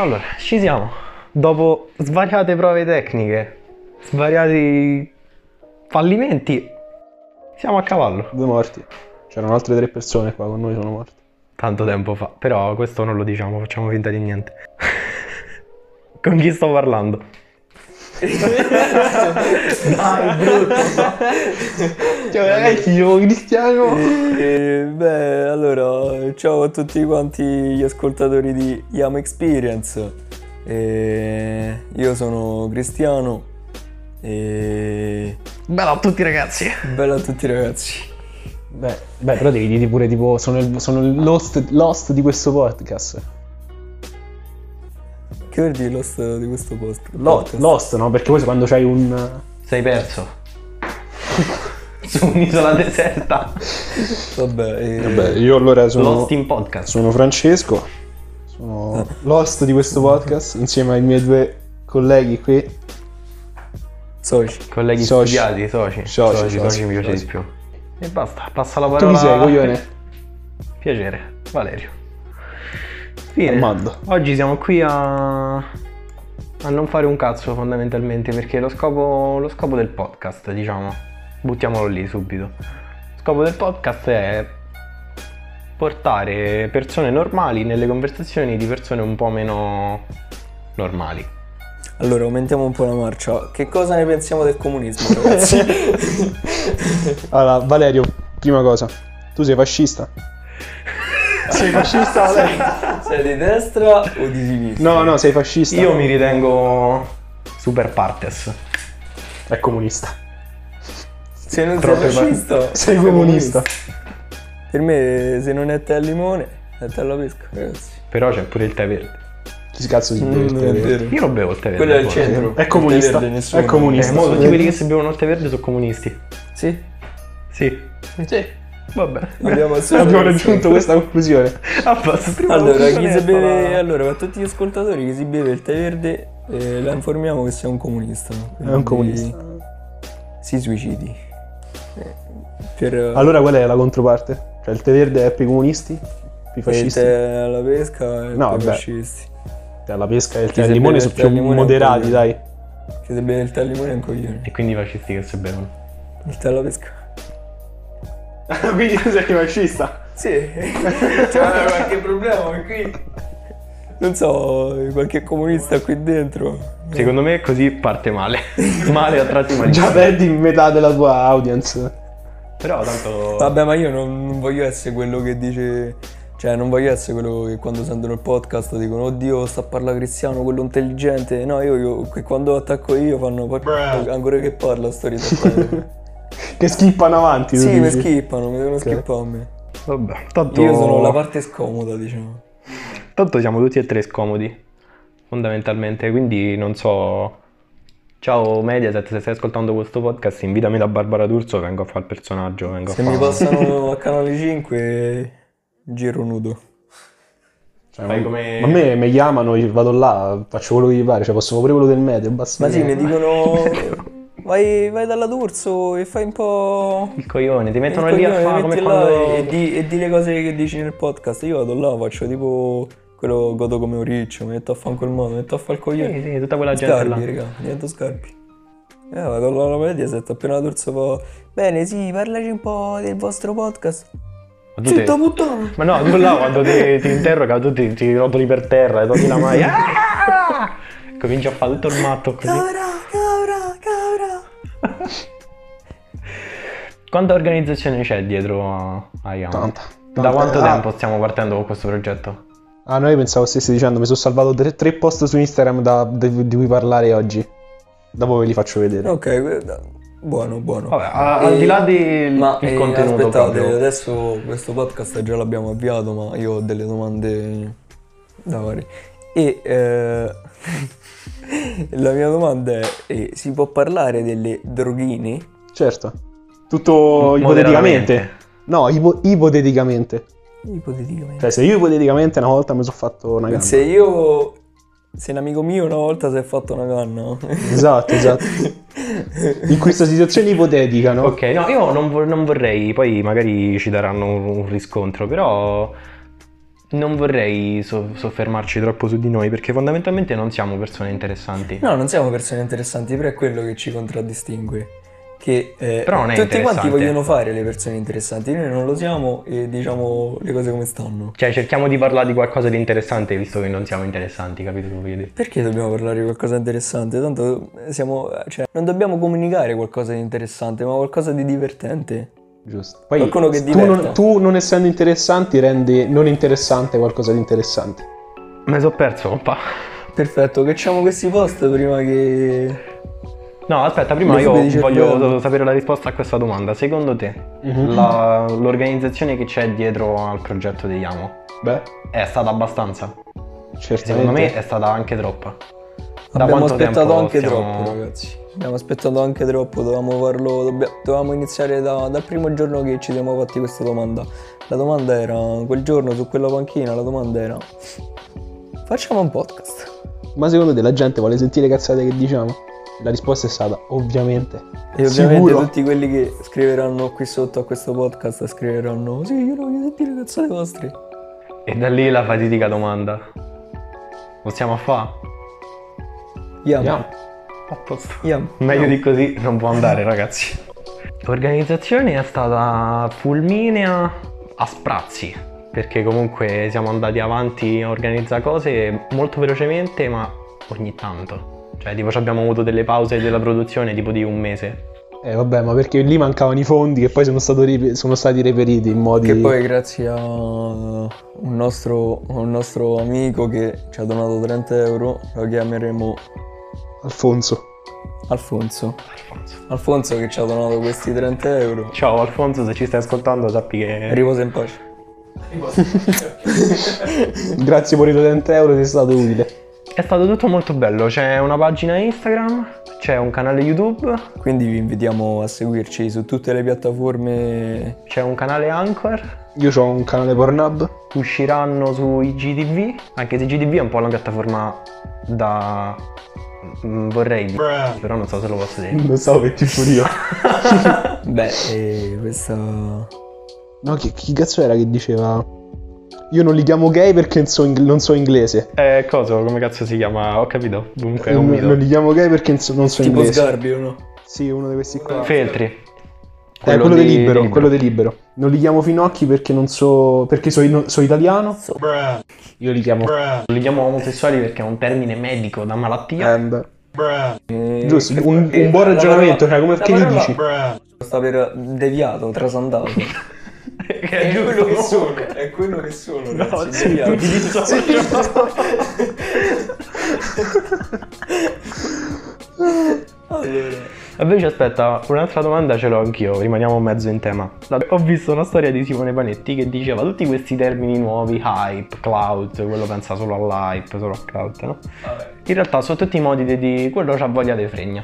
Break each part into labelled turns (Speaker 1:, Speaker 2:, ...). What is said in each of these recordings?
Speaker 1: Allora, ci siamo. Dopo svariate prove tecniche, svariati fallimenti, siamo a cavallo.
Speaker 2: Due morti. C'erano altre tre persone qua con noi, sono morti.
Speaker 1: Tanto tempo fa, però questo non lo diciamo, facciamo finta di niente. Con chi sto parlando?
Speaker 3: Dai, brutto. Cioè,
Speaker 2: Ciao ragazzi, sono Cristiano.
Speaker 3: Eh, beh, allora, ciao a tutti quanti gli ascoltatori di Yam Experience. Eh, io sono Cristiano e
Speaker 1: Bella a tutti ragazzi.
Speaker 3: bella a tutti ragazzi.
Speaker 2: Beh, beh, però devi dire pure tipo, sono, il, sono l'host, l'host di questo podcast.
Speaker 3: Che vuol dire l'host di questo posto? Oh,
Speaker 2: L'host, l'host, no? Perché poi quando c'hai un...
Speaker 1: Sei perso. Su un'isola deserta.
Speaker 3: Vabbè, eh,
Speaker 2: Beh, io allora
Speaker 1: Lost in podcast.
Speaker 2: Sono Francesco, sono l'host di questo podcast insieme ai miei due colleghi qui.
Speaker 3: soci.
Speaker 1: Colleghi
Speaker 2: Soci.
Speaker 1: studiati, soci. soci,
Speaker 2: Soci, soci,
Speaker 1: soci mi piace
Speaker 2: soci.
Speaker 1: di più. E basta, passa la
Speaker 2: Tu
Speaker 1: parola.
Speaker 2: chi sei, coglione?
Speaker 1: Piacere, Valerio. Fine.
Speaker 2: Armando.
Speaker 1: Oggi siamo qui a... a non fare un cazzo fondamentalmente perché lo scopo, lo scopo del podcast, diciamo, buttiamolo lì subito. Lo scopo del podcast è portare persone normali nelle conversazioni di persone un po' meno normali.
Speaker 3: Allora, aumentiamo un po' la marcia. Che cosa ne pensiamo del comunismo, ragazzi?
Speaker 2: Allora, Valerio, prima cosa, tu sei fascista? sei fascista, Valerio?
Speaker 3: Sei di destra o di sinistra?
Speaker 2: No, no, sei fascista.
Speaker 1: Io mi ritengo super partes.
Speaker 2: È comunista.
Speaker 3: Se non sei
Speaker 1: Troppe par-
Speaker 3: fascista,
Speaker 2: Sei comunista.
Speaker 3: Per me, se non è tè al limone, è tè alla pesca, ragazzi.
Speaker 1: Però c'è pure il tè verde.
Speaker 2: Chi cazzo si
Speaker 3: Mm,
Speaker 2: diverte?
Speaker 3: è vero.
Speaker 1: Io non bevo il tè verde.
Speaker 3: Quello è il
Speaker 1: ancora.
Speaker 3: centro.
Speaker 2: È comunista.
Speaker 3: Verde, nessuno.
Speaker 2: È comunista.
Speaker 1: Eh, mo tutti quelli che si bevono il tè verde sono comunisti.
Speaker 3: Sì,
Speaker 1: Sì.
Speaker 3: sì.
Speaker 1: Vabbè.
Speaker 3: Abbiamo assolutamente-
Speaker 2: Abbiamo raggiunto questa conclusione.
Speaker 3: Allora, chi si beve, allora, a tutti gli ascoltatori che si beve il tè verde, eh, la informiamo che sia un comunista.
Speaker 2: È un comunista.
Speaker 3: Si suicidi. Eh, Per
Speaker 2: Allora qual è la controparte? Cioè il tè verde è per i comunisti? Per i
Speaker 3: per il
Speaker 2: fascisti?
Speaker 3: tè alla pesca e
Speaker 2: No,
Speaker 3: per
Speaker 2: vabbè.
Speaker 3: i fascisti.
Speaker 2: Cioè, la pesca e il
Speaker 3: Chi
Speaker 2: tè al
Speaker 3: si
Speaker 2: limone
Speaker 3: beve
Speaker 2: sono
Speaker 3: il tè
Speaker 2: più
Speaker 3: al limone è un
Speaker 2: moderati,
Speaker 3: coglione.
Speaker 2: dai.
Speaker 3: Che se beve il tè al limone è un coglione.
Speaker 1: E quindi i fascisti che si bevono.
Speaker 3: Il tè alla pesca.
Speaker 2: Quindi tu sei fascista.
Speaker 3: Sì, c'è qualche problema qui. Non so, qualche comunista qui dentro.
Speaker 1: Secondo me così parte male. male a tratti malissimo.
Speaker 2: Già perdi metà della tua audience.
Speaker 1: Però tanto...
Speaker 3: Vabbè, ma io non, non voglio essere quello che dice. Cioè, non voglio essere quello che quando sentono il podcast dicono Oddio, sta a parlare Cristiano, quello intelligente. No, io, io- che quando attacco io fanno "Porca- ancora che parla sto ridendo.
Speaker 2: Che schippano avanti. tu
Speaker 3: sì, mi
Speaker 2: dici.
Speaker 3: schippano, mi devono schipparmi.
Speaker 1: Vabbè. Tanto...
Speaker 3: Io sono la parte scomoda, diciamo.
Speaker 1: Tanto siamo tutti e tre scomodi. Fondamentalmente. Quindi non so... Ciao Mediaset, se stai ascoltando questo podcast invitami da Barbara D'Urso, vengo a fare il personaggio, vengo a
Speaker 3: Se
Speaker 1: fare...
Speaker 3: mi passano a canale 5, giro nudo.
Speaker 2: Cioè,
Speaker 1: Fai
Speaker 2: ma-
Speaker 1: come-
Speaker 2: ma A me mi chiamano, io vado là, faccio quello che gli pare, cioè posso pure quello del medio, basta.
Speaker 3: Ma sì, mi dicono. Vai, vai dalla D'Urso e fai un po'.
Speaker 1: Il coglione, ti mettono
Speaker 3: Il
Speaker 1: lì a
Speaker 3: Eh, coglione,
Speaker 1: fare come
Speaker 3: metti
Speaker 1: quando...
Speaker 3: là e, di, e di le cose che dici nel podcast. Io vado là, faccio tipo quello godo come un riccio, mi metto a fare in quel modo, mi metto a fare il coglione.
Speaker 1: Sì, sì, tutta quella gente là.
Speaker 3: scarpi, raga, divento scarpi. Eh, vado là alla media, sento appena D'Urso fa. Bene, sì, parlaci un po' del vostro podcast.
Speaker 1: Ma tu te-
Speaker 3: Zitta puttana!
Speaker 1: Ma no, tu là quando ti, ti interroga tu ti, ti rotoli per terra e togli la maglia. Ah! Cominci a fare tutto il matto così.
Speaker 3: Cavra, cavra, cavra!
Speaker 1: Quanta organizzazione c'è dietro a, a Yam?
Speaker 2: Tanta,
Speaker 1: Da
Speaker 2: tanta.
Speaker 1: quanto
Speaker 2: Ah.
Speaker 1: tempo stiamo partendo con questo progetto?
Speaker 2: Ah, no, io pensavo stessi dicendo, mi sono salvato tre, tre post su Instagram da- di, di cui parlare oggi. Dopo ve li faccio vedere.
Speaker 3: Ok, guarda, buono, buono.
Speaker 1: Vabbè, a- al
Speaker 3: E-
Speaker 1: di là del
Speaker 3: Ma
Speaker 1: il
Speaker 3: eh,
Speaker 1: contenuto
Speaker 3: aspettate,
Speaker 1: proprio.
Speaker 3: adesso questo podcast già l'abbiamo avviato, ma io ho delle domande da fare. E eh, la mia domanda è: eh, si può parlare delle droghine?
Speaker 2: Certo. Tutto
Speaker 1: Moderatamente.
Speaker 2: ipoteticamente. No, ipo- ipoteticamente.
Speaker 3: Ipoteticamente.
Speaker 2: Cioè, se io ipoteticamente una volta mi sono fatto Cioè, una gamba.
Speaker 3: Se io. Se un amico mio una volta si è fatto una canna.
Speaker 2: Esatto, esatto. In questa situazione ipotetica, no?
Speaker 1: Ok, no, io non, vor- non vorrei, poi magari ci daranno un, un riscontro, però non vorrei so- soffermarci troppo su di noi perché fondamentalmente non siamo persone interessanti.
Speaker 3: No, non siamo persone interessanti, però è quello che ci contraddistingue. Che eh,
Speaker 1: Però non è
Speaker 3: tutti quanti
Speaker 1: interessante.
Speaker 3: vogliono fare le persone interessanti, noi non lo siamo e diciamo le cose come stanno.
Speaker 1: Cioè cerchiamo di parlare di qualcosa di interessante visto che non siamo interessanti, capito che voglio dire?
Speaker 3: Perché dobbiamo parlare di qualcosa di interessante? Tanto siamo, cioè, non dobbiamo comunicare qualcosa di interessante, ma qualcosa di divertente.
Speaker 2: Giusto. Poi
Speaker 3: Qualcuno
Speaker 2: tu,
Speaker 3: che diverta.
Speaker 2: non, tu non essendo interessanti rendi non interessante qualcosa di interessante.
Speaker 1: Me so perso un po'.
Speaker 3: Perfetto, cacciamo questi post prima che...
Speaker 1: No, aspetta, prima
Speaker 3: Lo
Speaker 1: io
Speaker 3: subito dice
Speaker 1: voglio
Speaker 3: quello.
Speaker 1: sapere la risposta a questa domanda. Secondo te
Speaker 2: Mhm.
Speaker 1: la- l'organizzazione che c'è dietro al progetto di Yamo
Speaker 2: Beh,
Speaker 1: è stata abbastanza?
Speaker 2: certamente.
Speaker 1: Secondo me è stata anche troppa. Da
Speaker 3: Abbiamo
Speaker 1: quanto
Speaker 3: aspettato
Speaker 1: tempo
Speaker 3: anche
Speaker 1: stiamo-
Speaker 3: troppo, ragazzi. Abbiamo aspettato anche troppo, dovevamo farlo, dobbia- dovevamo iniziare da- dal primo giorno che ci siamo fatti questa domanda. La domanda era, quel giorno su quella panchina, la domanda era... Facciamo un podcast.
Speaker 2: Ma secondo te la gente vuole sentire cazzate che diciamo? La risposta è stata ovviamente.
Speaker 3: E ovviamente
Speaker 2: Sicuro.
Speaker 3: tutti quelli che scriveranno qui sotto a questo podcast scriveranno Sì, io non voglio sentire cazzate vostre.
Speaker 1: E da lì la fatidica domanda. Possiamo fa?
Speaker 3: Yam,
Speaker 2: Andiamo.
Speaker 1: A posto.
Speaker 3: yam.
Speaker 1: Meglio di così non può andare, ragazzi. L'organizzazione è stata fulminea a sprazzi, perché comunque siamo andati avanti a organizzare cose molto velocemente, ma ogni tanto. Cioè, tipo, ci abbiamo avuto delle pause della produzione tipo di un mese.
Speaker 2: Eh vabbè, ma perché lì mancavano i fondi che poi sono, stato repe- sono stati reperiti in modi...
Speaker 3: Che poi grazie a un nostro, un nostro amico che ci ha donato 30 euro lo chiameremo
Speaker 2: Alfonso.
Speaker 3: Alfonso.
Speaker 1: Alfonso.
Speaker 3: Alfonso che ci ha donato questi 30 euro.
Speaker 1: Ciao Alfonso, se ci stai ascoltando sappi che...
Speaker 3: Riposa in pace.
Speaker 2: Grazie per i tuoi 30 euro, sei stato utile.
Speaker 1: È stato tutto molto bello, c'è una pagina Instagram, c'è un canale YouTube,
Speaker 3: Quindi vi invitiamo a seguirci su tutte le piattaforme.
Speaker 1: c'è un canale Anchor,
Speaker 2: Io ho un canale Pornhub.
Speaker 1: usciranno su IGTV, anche se IGTV è un po' una piattaforma da... mm, vorrei dire, però non so se lo posso dire.
Speaker 2: Non so che tipo io.
Speaker 3: Beh, e Eh, questa.
Speaker 2: No, chi, chi cazzo era che diceva... Io non li chiamo gay perché non so, ing- non so inglese.
Speaker 1: Eh, cosa? Come cazzo si chiama? Ho capito. Comunque è un
Speaker 2: Non, non
Speaker 1: mito.
Speaker 2: li chiamo gay perché non so, non so
Speaker 3: Tipo
Speaker 2: inglese.
Speaker 3: Sgarbio, no?
Speaker 2: Sì, uno di questi qua.
Speaker 1: Feltri.
Speaker 2: Eh, quello di, libero,
Speaker 1: di
Speaker 2: quello di libero. Non li chiamo finocchi perché non so. perché so, non- so italiano.
Speaker 3: So.
Speaker 2: Io li chiamo.
Speaker 1: Lo chiamiamo omosessuali perché è un termine medico da malattia.
Speaker 2: Eh, beh.
Speaker 3: E-
Speaker 2: Giusto, un- un
Speaker 3: e-
Speaker 2: buon
Speaker 3: Eh, la
Speaker 2: ragionamento, cioè, come-
Speaker 3: la
Speaker 2: che gli
Speaker 3: parola
Speaker 2: dici?
Speaker 3: Sta per deviato, trasandato.
Speaker 1: che è giusto.
Speaker 3: è quello che sono.
Speaker 1: No,
Speaker 3: ragazzi,
Speaker 1: sì,
Speaker 3: deviato.
Speaker 1: mi dissocio.
Speaker 3: Allora.
Speaker 1: Invece aspetta, un'altra domanda ce l'ho anch'io, rimaniamo mezzo in tema. La- Ho visto una storia di Simone Panetti che diceva tutti questi termini nuovi, hype, cloud, quello pensa solo all'hype, solo al cloud, no? In realtà sono tutti modi di, di- quello c'ha voglia di fregna.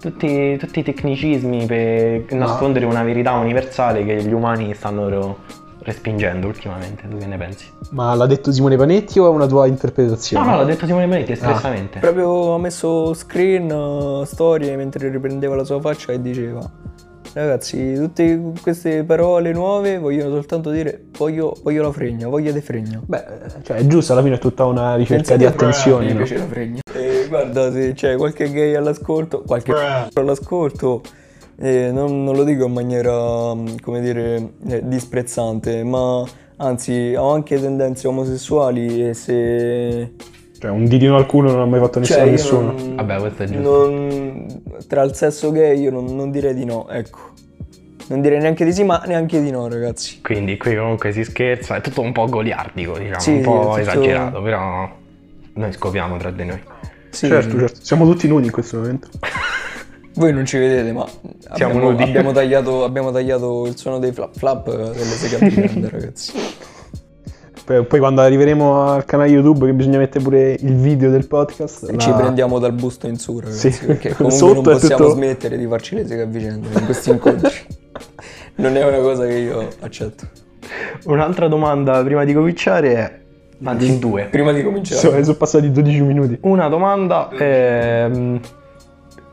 Speaker 1: Tutti, tutti i tecnicismi per nascondere una verità universale che gli umani stanno ro- respingendo ultimamente, tu che ne pensi?
Speaker 2: Ma l'ha detto Simone Panetti o è una tua
Speaker 1: No,
Speaker 2: interpretazione?
Speaker 1: no, l'ha detto Simone Panetti espressamente.
Speaker 3: Proprio ha messo screen, eh, storie mentre riprendeva la sua faccia e diceva: Ragazzi, tutte queste parole nuove vogliono soltanto dire voglio, voglio la fregna, voglio de fregna.
Speaker 2: Beh, cioè, è giusto, alla fine è tutta una ricerca
Speaker 3: Pensate
Speaker 2: di
Speaker 3: a Brad,
Speaker 2: attenzione. no?
Speaker 3: la fregna. E Eh, guarda, se c'è qualche gay all'ascolto, qualche f***o all'ascolto. eh, non, non lo dico in maniera, mm, come dire, eh, disprezzante, ma anzi ho anche tendenze omosessuali e se cioè,
Speaker 2: Cioè, un didino al culo non ha mai fatto nessuno a
Speaker 3: io
Speaker 2: nessuno.
Speaker 3: non-
Speaker 1: Vabbè, questo è giusto.
Speaker 3: non- tra il sesso gay io non, non direi di no, ecco. Non direi neanche di sì, ma neanche di no, ragazzi.
Speaker 1: Quindi qui comunque si scherza, è tutto un po' goliardico, diciamo,
Speaker 3: Sì,
Speaker 1: un
Speaker 3: sì,
Speaker 1: po'
Speaker 3: è tutto-
Speaker 1: esagerato, però noi scopiamo tra di noi.
Speaker 3: Sì,
Speaker 2: Certo, certo. Siamo tutti nudi in questo momento.
Speaker 3: Voi non ci vedete, ma
Speaker 1: Siamo
Speaker 3: abbiamo,
Speaker 1: nudi.
Speaker 3: abbiamo tagliato, abbiamo tagliato il suono dei flap flap eh, delle segate grande, ragazzi.
Speaker 2: Poi, poi quando arriveremo al canale YouTube, che bisogna mettere pure il video del podcast.
Speaker 3: Ci
Speaker 2: la-
Speaker 3: prendiamo dal busto in su, ragazzi,
Speaker 2: Sì.
Speaker 3: perché comunque
Speaker 2: Sotto
Speaker 3: non
Speaker 2: è
Speaker 3: possiamo
Speaker 2: tutto-
Speaker 3: smettere di farci le seghe a vicenda in questi incontri. non è una cosa che io accetto.
Speaker 1: Un'altra domanda prima di cominciare è... Anzi, due.
Speaker 3: Prima di cominciare.
Speaker 2: Sono, sono passati 12 minuti.
Speaker 1: Una domanda è... mm,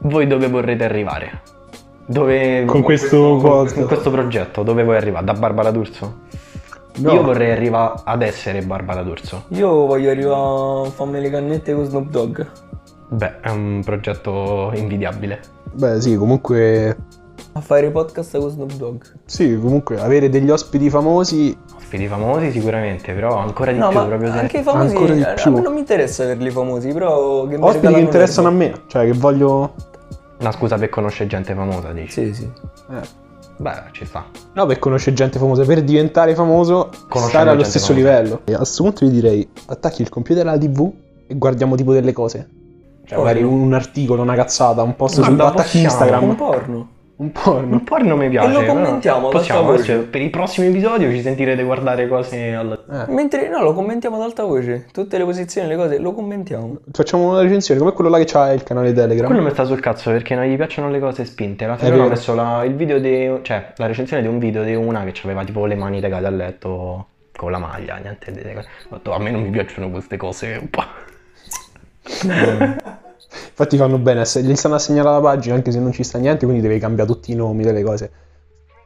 Speaker 1: Voi dove vorrete arrivare? Dove...
Speaker 2: Con questo
Speaker 1: con-
Speaker 2: podcast.
Speaker 1: con questo progetto, dove vuoi arrivare? Da Barbara D'Urso?
Speaker 2: No.
Speaker 1: Io vorrei arrivare ad essere Barbara D'Urso.
Speaker 3: Io voglio arrivare a farmi le cannette con Snoop Dogg.
Speaker 1: Beh, è un progetto invidiabile.
Speaker 2: Beh, sì, comunque.
Speaker 3: A fare podcast con Snoop Dogg.
Speaker 2: Sì, comunque avere degli ospiti famosi.
Speaker 1: Ospiti famosi sicuramente, però
Speaker 2: Eh,
Speaker 1: ancora di
Speaker 3: No,
Speaker 1: più
Speaker 3: ma
Speaker 1: proprio se-
Speaker 3: anche i famosi.
Speaker 2: ancora di
Speaker 3: eh,
Speaker 2: più.
Speaker 3: Non mi interessa averli famosi, però. Che mi
Speaker 2: Ospiti
Speaker 3: regalano
Speaker 2: che
Speaker 3: un
Speaker 2: interessano a me, cioè che voglio.
Speaker 1: Una scusa per conoscere gente famosa, dici?
Speaker 3: Sì, sì.
Speaker 2: eh,
Speaker 1: Beh, ci sta.
Speaker 2: No, per conoscere gente famosa, per diventare famoso,
Speaker 1: Conoscendo
Speaker 2: stare allo
Speaker 1: gente
Speaker 2: stesso
Speaker 1: famosa.
Speaker 2: livello. E a questo punto vi direi: attacchi il computer alla TV e guardiamo tipo delle cose. Cioè,
Speaker 3: Porno.
Speaker 2: magari un articolo, una cazzata, un post su
Speaker 1: Guarda, possiamo.
Speaker 2: attacchi
Speaker 3: Un
Speaker 2: Instagram,
Speaker 3: porno.
Speaker 2: un porno.
Speaker 1: Un porno mi piace.
Speaker 3: E lo
Speaker 1: però
Speaker 3: commentiamo,
Speaker 1: Possiamo,
Speaker 3: basta voce.
Speaker 1: cioè, per il prossimo episodio ci sentirete guardare cose alla...
Speaker 2: Eh,
Speaker 3: Mentre no, lo commentiamo ad alta voce. Tutte le posizioni, le cose, lo commentiamo.
Speaker 2: Facciamo una recensione come quello là che c'ha il canale Telegram.
Speaker 1: Quello mi sta sul cazzo perché non gli piacciono le cose spinte. La
Speaker 2: vero.
Speaker 1: ho messo la, il video de- cioè, la recensione di un video di una che aveva tipo le mani legate al letto con la maglia, niente di... Ho detto, a me non mi piacciono queste cose un po'.
Speaker 2: Infatti fanno bene, se- gli stanno a segnalare la pagina anche se non ci sta niente, quindi devi cambiare tutti i nomi delle cose.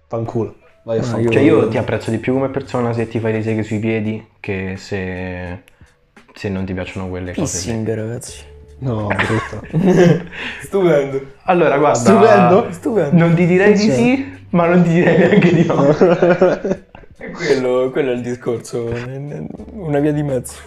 Speaker 2: Fanculo. Vai a
Speaker 3: Ma
Speaker 2: fare.
Speaker 3: io-
Speaker 1: Cioè io ti apprezzo di più come persona se ti fai le seghe sui piedi che se, se non ti piacciono quelle cose. lì.
Speaker 3: Pissing, ragazzi.
Speaker 2: No, brutto.
Speaker 3: Stupendo. Ah,
Speaker 1: Allora guarda,
Speaker 2: Stupendo.
Speaker 3: Stupendo.
Speaker 1: non ti direi di
Speaker 2: Cioè.
Speaker 1: sì, ma non ti direi neanche di no.
Speaker 3: Quello, quello è il discorso. Una via di mezzo.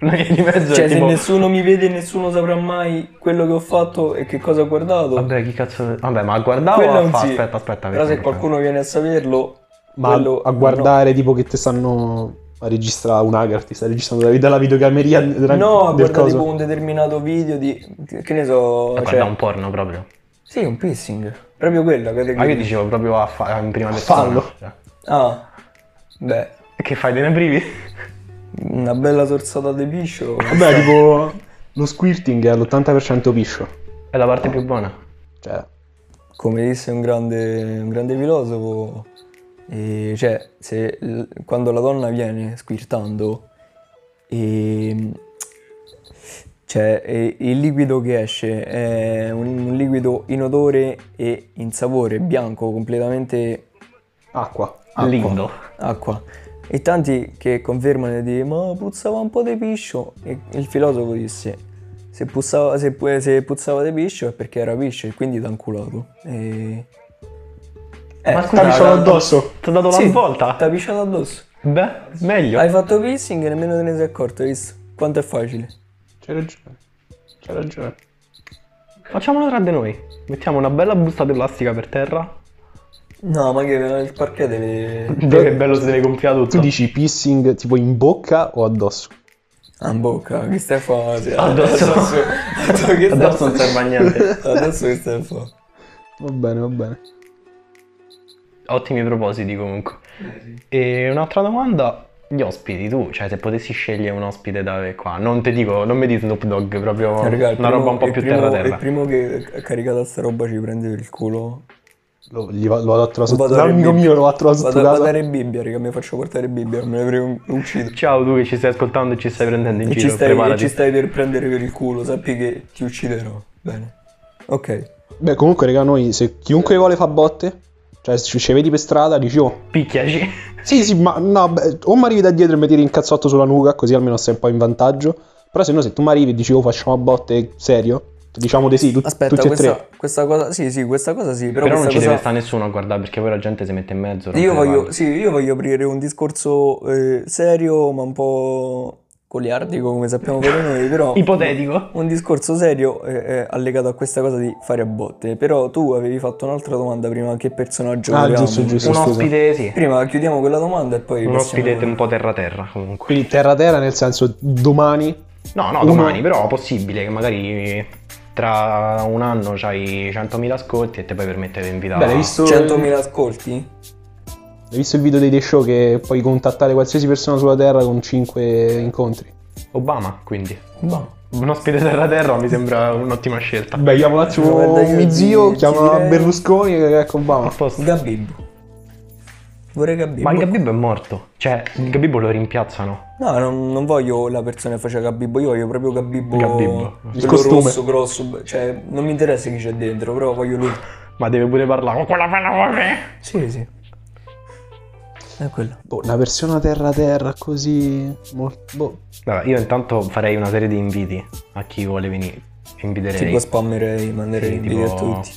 Speaker 1: Una via di mezzo
Speaker 3: Cioè,
Speaker 1: è
Speaker 3: se
Speaker 1: Cioè, tipo...
Speaker 3: nessuno mi vede, nessuno saprà mai quello che ho fatto e che cosa ho guardato.
Speaker 1: Vabbè, chi cazzo... Vabbè, ma guardavo...
Speaker 3: quello
Speaker 1: a
Speaker 3: è un
Speaker 1: fa-
Speaker 3: sì.
Speaker 1: Aspetta, aspetta.
Speaker 3: Però se
Speaker 1: perché-
Speaker 3: qualcuno viene a saperlo,
Speaker 2: Ma
Speaker 3: quello-
Speaker 2: a guardare tipo che te stanno a registrare un agar, ti sta registrando la- dalla videocameria della-
Speaker 3: No, no a
Speaker 2: del
Speaker 3: guardare tipo
Speaker 2: coso.
Speaker 3: un determinato video di. che ne so.
Speaker 1: Eh, Ma
Speaker 3: cioè-
Speaker 1: guarda un porno proprio.
Speaker 3: Sì, un piercing. Proprio quella
Speaker 1: Ma io
Speaker 3: categoria.
Speaker 1: dicevo proprio a fa- in prima persona.
Speaker 2: fallo.
Speaker 1: Cioè,
Speaker 3: Ah, beh,
Speaker 1: Che fai dei brivi?
Speaker 3: una bella torsata di piscio.
Speaker 2: Vabbè, tipo lo squirting è all'80% piscio.
Speaker 1: È la parte più buona.
Speaker 3: Ah,
Speaker 2: Cioè,
Speaker 3: Come disse un grande, un grande filosofo, eh, cioè, se l- quando la donna viene squirtando, ehm, cioè, eh, il liquido che esce è un, un liquido inodore e insapore, bianco, completamente
Speaker 2: acqua.
Speaker 3: acqua.
Speaker 1: Lindo.
Speaker 3: acqua. E tanti che confermano e dicono ma puzzava un po' di piscio. E il filosofo disse se puzzava, se, pu- se puzzava di piscio è perché era piscio e quindi t'ha inculato. E... Eh,
Speaker 1: Ma scusa,
Speaker 2: Ti
Speaker 1: Dai,
Speaker 2: Cioè, sono
Speaker 1: dai,
Speaker 2: addosso.
Speaker 1: Ti ho dato la
Speaker 3: sì,
Speaker 1: volta.
Speaker 3: T'ha pisciato addosso.
Speaker 1: Beh, meglio.
Speaker 3: Hai fatto piercing e nemmeno te ne sei accorto, hai visto? Quanto è facile.
Speaker 2: C'hai ragione. C'hai ragione.
Speaker 1: Facciamolo tra di noi. Mettiamo una bella busta di plastica per terra.
Speaker 3: No, ma che il parquet deve...
Speaker 1: Dove è bello se ne gonfia tutto.
Speaker 2: Tu dici piercing tipo in bocca o addosso?
Speaker 3: Ah, in bocca, che stai a fare?
Speaker 1: Addosso.
Speaker 3: Addosso, che stai a
Speaker 1: Addosso non
Speaker 3: fare?
Speaker 1: serve a niente.
Speaker 3: Addosso che stai a fare?
Speaker 2: Va bene, va bene.
Speaker 1: Ottimi propositi comunque.
Speaker 3: Eh,
Speaker 1: E un'altra domanda. Gli ospiti, tu, cioè se potessi scegliere un ospite da avere qua, non ti dico, non mi di Snoop Dogg, proprio
Speaker 3: Eh, raga, il
Speaker 1: una
Speaker 3: primo-
Speaker 1: roba un po'
Speaker 3: il
Speaker 1: più
Speaker 3: primo-
Speaker 1: terra-terra.
Speaker 3: Il primo che ha caricato sta roba ci prende per il culo.
Speaker 2: Lo, gli va- lo vado a trovare sotto
Speaker 3: Vado a
Speaker 2: casa.
Speaker 3: dare
Speaker 2: L'amico
Speaker 3: Bibbia.
Speaker 2: mio lo vado a trovare
Speaker 3: Vado
Speaker 2: sotto
Speaker 3: a
Speaker 2: casa.
Speaker 3: guardare Bibbia, raga, mi faccio portare Bibbia, me ne avrei un- ucciso.
Speaker 1: Ciao tu che ci stai ascoltando e ci stai prendendo in
Speaker 3: E
Speaker 1: giro,
Speaker 3: ci, stai, e
Speaker 1: preparati.
Speaker 3: ci stai per prendere per il culo, sappi che ti ucciderò. Bene. Ok.
Speaker 2: Beh, comunque, raga, noi se chiunque vuole fa botte, cioè se ci vedi per strada, dici oh.
Speaker 1: Picchiaci.
Speaker 2: Sì, sì, ma no, beh, o mi arrivi da dietro e mi tiri un cazzotto sulla nuca, così almeno sei un po' in vantaggio. Però se no, se tu mi arrivi e dici oh, facciamo a botte, serio, diciamo di sì, tu-
Speaker 3: Aspetta,
Speaker 2: tutti e
Speaker 3: questa,
Speaker 2: tre.
Speaker 3: questa cosa. Sì, sì, questa cosa sì. Però,
Speaker 1: Però non
Speaker 3: questa
Speaker 1: ci deve
Speaker 3: cosa-
Speaker 1: stare nessuno a guardare perché poi la gente si mette in mezzo. rompe
Speaker 3: Io
Speaker 1: le
Speaker 3: voglio,
Speaker 1: palle.
Speaker 3: sì, io voglio aprire un discorso eh, serio, ma un po' goliardico, come sappiamo fare noi, però.
Speaker 1: Ipotetico.
Speaker 3: Un discorso serio eh, eh, allegato a questa cosa di fare a botte. Però tu avevi fatto un'altra domanda prima, che personaggio
Speaker 2: Ah,
Speaker 3: volevamo?
Speaker 2: giusto, giusto.
Speaker 1: Un
Speaker 2: scusa.
Speaker 1: ospite, sì.
Speaker 3: Prima chiudiamo quella domanda e poi
Speaker 1: Un
Speaker 3: possiamo-
Speaker 1: ospite un po' terra-terra comunque.
Speaker 2: Quindi terra-terra, nel senso domani.
Speaker 1: No, no,
Speaker 2: Uno-
Speaker 1: domani, però possibile che magari tra un anno hai 100.000 ascolti e te puoi permettere di invitare.
Speaker 2: Beh, hai visto,
Speaker 3: 100.000 ascolti?
Speaker 2: hai visto il video dei The Show che puoi contattare qualsiasi persona sulla terra con 5 incontri?
Speaker 1: Obama, quindi.
Speaker 2: Boh.
Speaker 3: No.
Speaker 1: Un ospite terra terra mi sembra un'ottima scelta.
Speaker 2: Beh, chiamo un attimo
Speaker 3: Guarda, io
Speaker 2: mio
Speaker 3: ti-
Speaker 2: zio,
Speaker 3: ti
Speaker 2: chiama
Speaker 3: direi-
Speaker 2: Berlusconi e ecco Obama.
Speaker 1: A posto.
Speaker 3: Gabibbo. Vorrei Gabibbo.
Speaker 1: Ma il Gabibbo è morto. Cioè, il Gabibbo lo rimpiazzano.
Speaker 3: No, non, non voglio la persona che faceva Gabibbo, io voglio proprio Gabibbo.
Speaker 1: Gabibbo.
Speaker 3: quello
Speaker 2: Il costume.
Speaker 3: rosso, grosso, be- cioè non mi interessa chi c'è dentro, però voglio lui.
Speaker 1: "Oh, Ma deve pure parlare con quella bella voce.
Speaker 3: Sì, sì. È quello.
Speaker 2: Boh, una persona terra-terra così... mol- boh.
Speaker 1: Vabbè, io intanto farei una serie di inviti a chi vuole venire.
Speaker 3: Tipo
Speaker 1: Inviterei.
Speaker 3: spammerei, manderei
Speaker 1: Sì,
Speaker 3: inviti a
Speaker 1: tipo-
Speaker 3: tutti.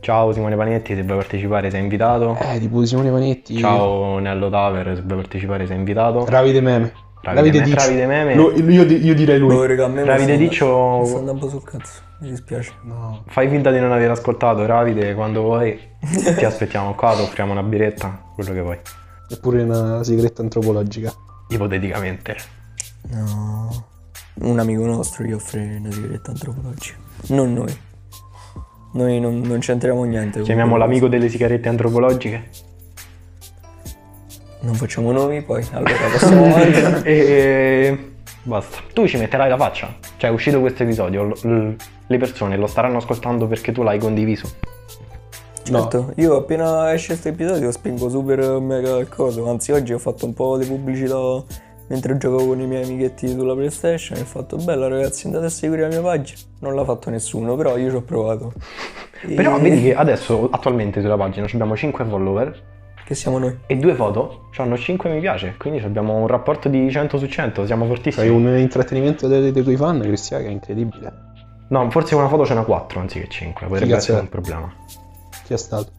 Speaker 1: Ciao Simone Panetti, se vuoi partecipare sei invitato.
Speaker 2: Eh, tipo Simone Vanetti.
Speaker 1: Ciao Nello Taver, se vuoi partecipare sei invitato.
Speaker 2: Ravide Meme.
Speaker 1: Davide
Speaker 2: Davide Diccio.
Speaker 1: Davide Meme.
Speaker 2: Lo- io, di- io direi lui.
Speaker 3: Boh, raga, a me mi
Speaker 1: Davide
Speaker 3: sta-
Speaker 1: Diccio-
Speaker 3: Mi sta andando un po' sul cazzo, mi dispiace.
Speaker 2: No.
Speaker 1: Fai finta di non aver ascoltato, Davide, quando vuoi. Ti aspettiamo qua, ti offriamo una biretta, quello che vuoi.
Speaker 2: Eppure una sigaretta antropologica.
Speaker 1: Ipoteticamente.
Speaker 3: No. Un amico nostro gli offre una sigaretta antropologica. Non noi. Noi non, non c'entriamo niente. con
Speaker 1: Chiamiamo
Speaker 3: quello.
Speaker 1: l'amico delle sigarette antropologiche.
Speaker 3: Non facciamo nomi poi. Allora passiamo avanti.
Speaker 1: e basta. Tu ci metterai la faccia. Cioè, è uscito questo episodio, l- l- le persone lo staranno ascoltando perché tu l'hai condiviso.
Speaker 3: Certo, io appena esce questo episodio spingo super mega il coso. Anzi, oggi ho fatto un po' di pubblicità mentre giocavo con i miei amichetti sulla PlayStation. E ho fatto bella ragazzi, andate a seguire la mia pagina. Non l'ha fatto nessuno, però io ci ho provato. E-
Speaker 1: Però vedi che adesso, attualmente sulla pagina ci abbiamo 5 follower
Speaker 3: che siamo noi.
Speaker 1: e due foto hanno 5 mi piace, quindi ci abbiamo un rapporto di 100 su 100, siamo
Speaker 2: Fai
Speaker 1: fortissimi.
Speaker 2: un intrattenimento dei, dei tuoi fan, Cristian, che è incredibile.
Speaker 1: No, forse una foto ce n'ha 4 anziché 5, potrebbe
Speaker 2: Figa,
Speaker 1: essere
Speaker 2: sì.
Speaker 1: un problema.
Speaker 2: Chi è stato?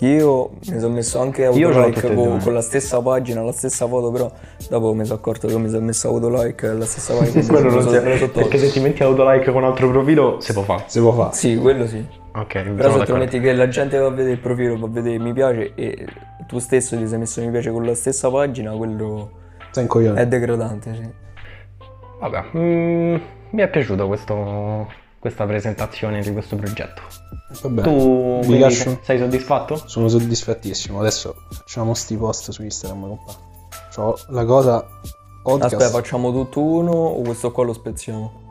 Speaker 3: Io mi sono messo anche
Speaker 1: ce l'ho
Speaker 3: autolike boh,
Speaker 1: tutte e
Speaker 3: con,
Speaker 1: due.
Speaker 3: con la stessa pagina, la stessa foto, però dopo mi sono accorto che mi sono messo autolike alla stessa pagina. quindi
Speaker 1: Quello
Speaker 3: me
Speaker 1: non
Speaker 3: sono
Speaker 1: si-
Speaker 3: preso tutto.
Speaker 1: perché se ti metti autolike con un altro profilo si può fare.
Speaker 2: Se può fare.
Speaker 3: Sì, quello sì.
Speaker 1: Ok,
Speaker 3: Però
Speaker 1: sono
Speaker 3: se te lo
Speaker 1: d'accordo.
Speaker 3: metti che la gente va a vedere il profilo, va a vedere mi piace e tu stesso ti sei messo mi piace con la stessa pagina, quello
Speaker 2: Sei un coglione.
Speaker 1: Eh,
Speaker 3: è degradante, sì.
Speaker 1: Vabbè, mm, mi è piaciuto questo- questa presentazione di questo progetto.
Speaker 2: Vabbè.
Speaker 1: Tu
Speaker 2: Vi
Speaker 1: quindi,
Speaker 2: lascio.
Speaker 1: sei soddisfatto?
Speaker 2: Sono soddisfattissimo. Adesso facciamo sti post su Instagram, compà. C'ho la cosa podcast.
Speaker 3: Aspetta, facciamo tutto uno o questo qua lo spezziamo?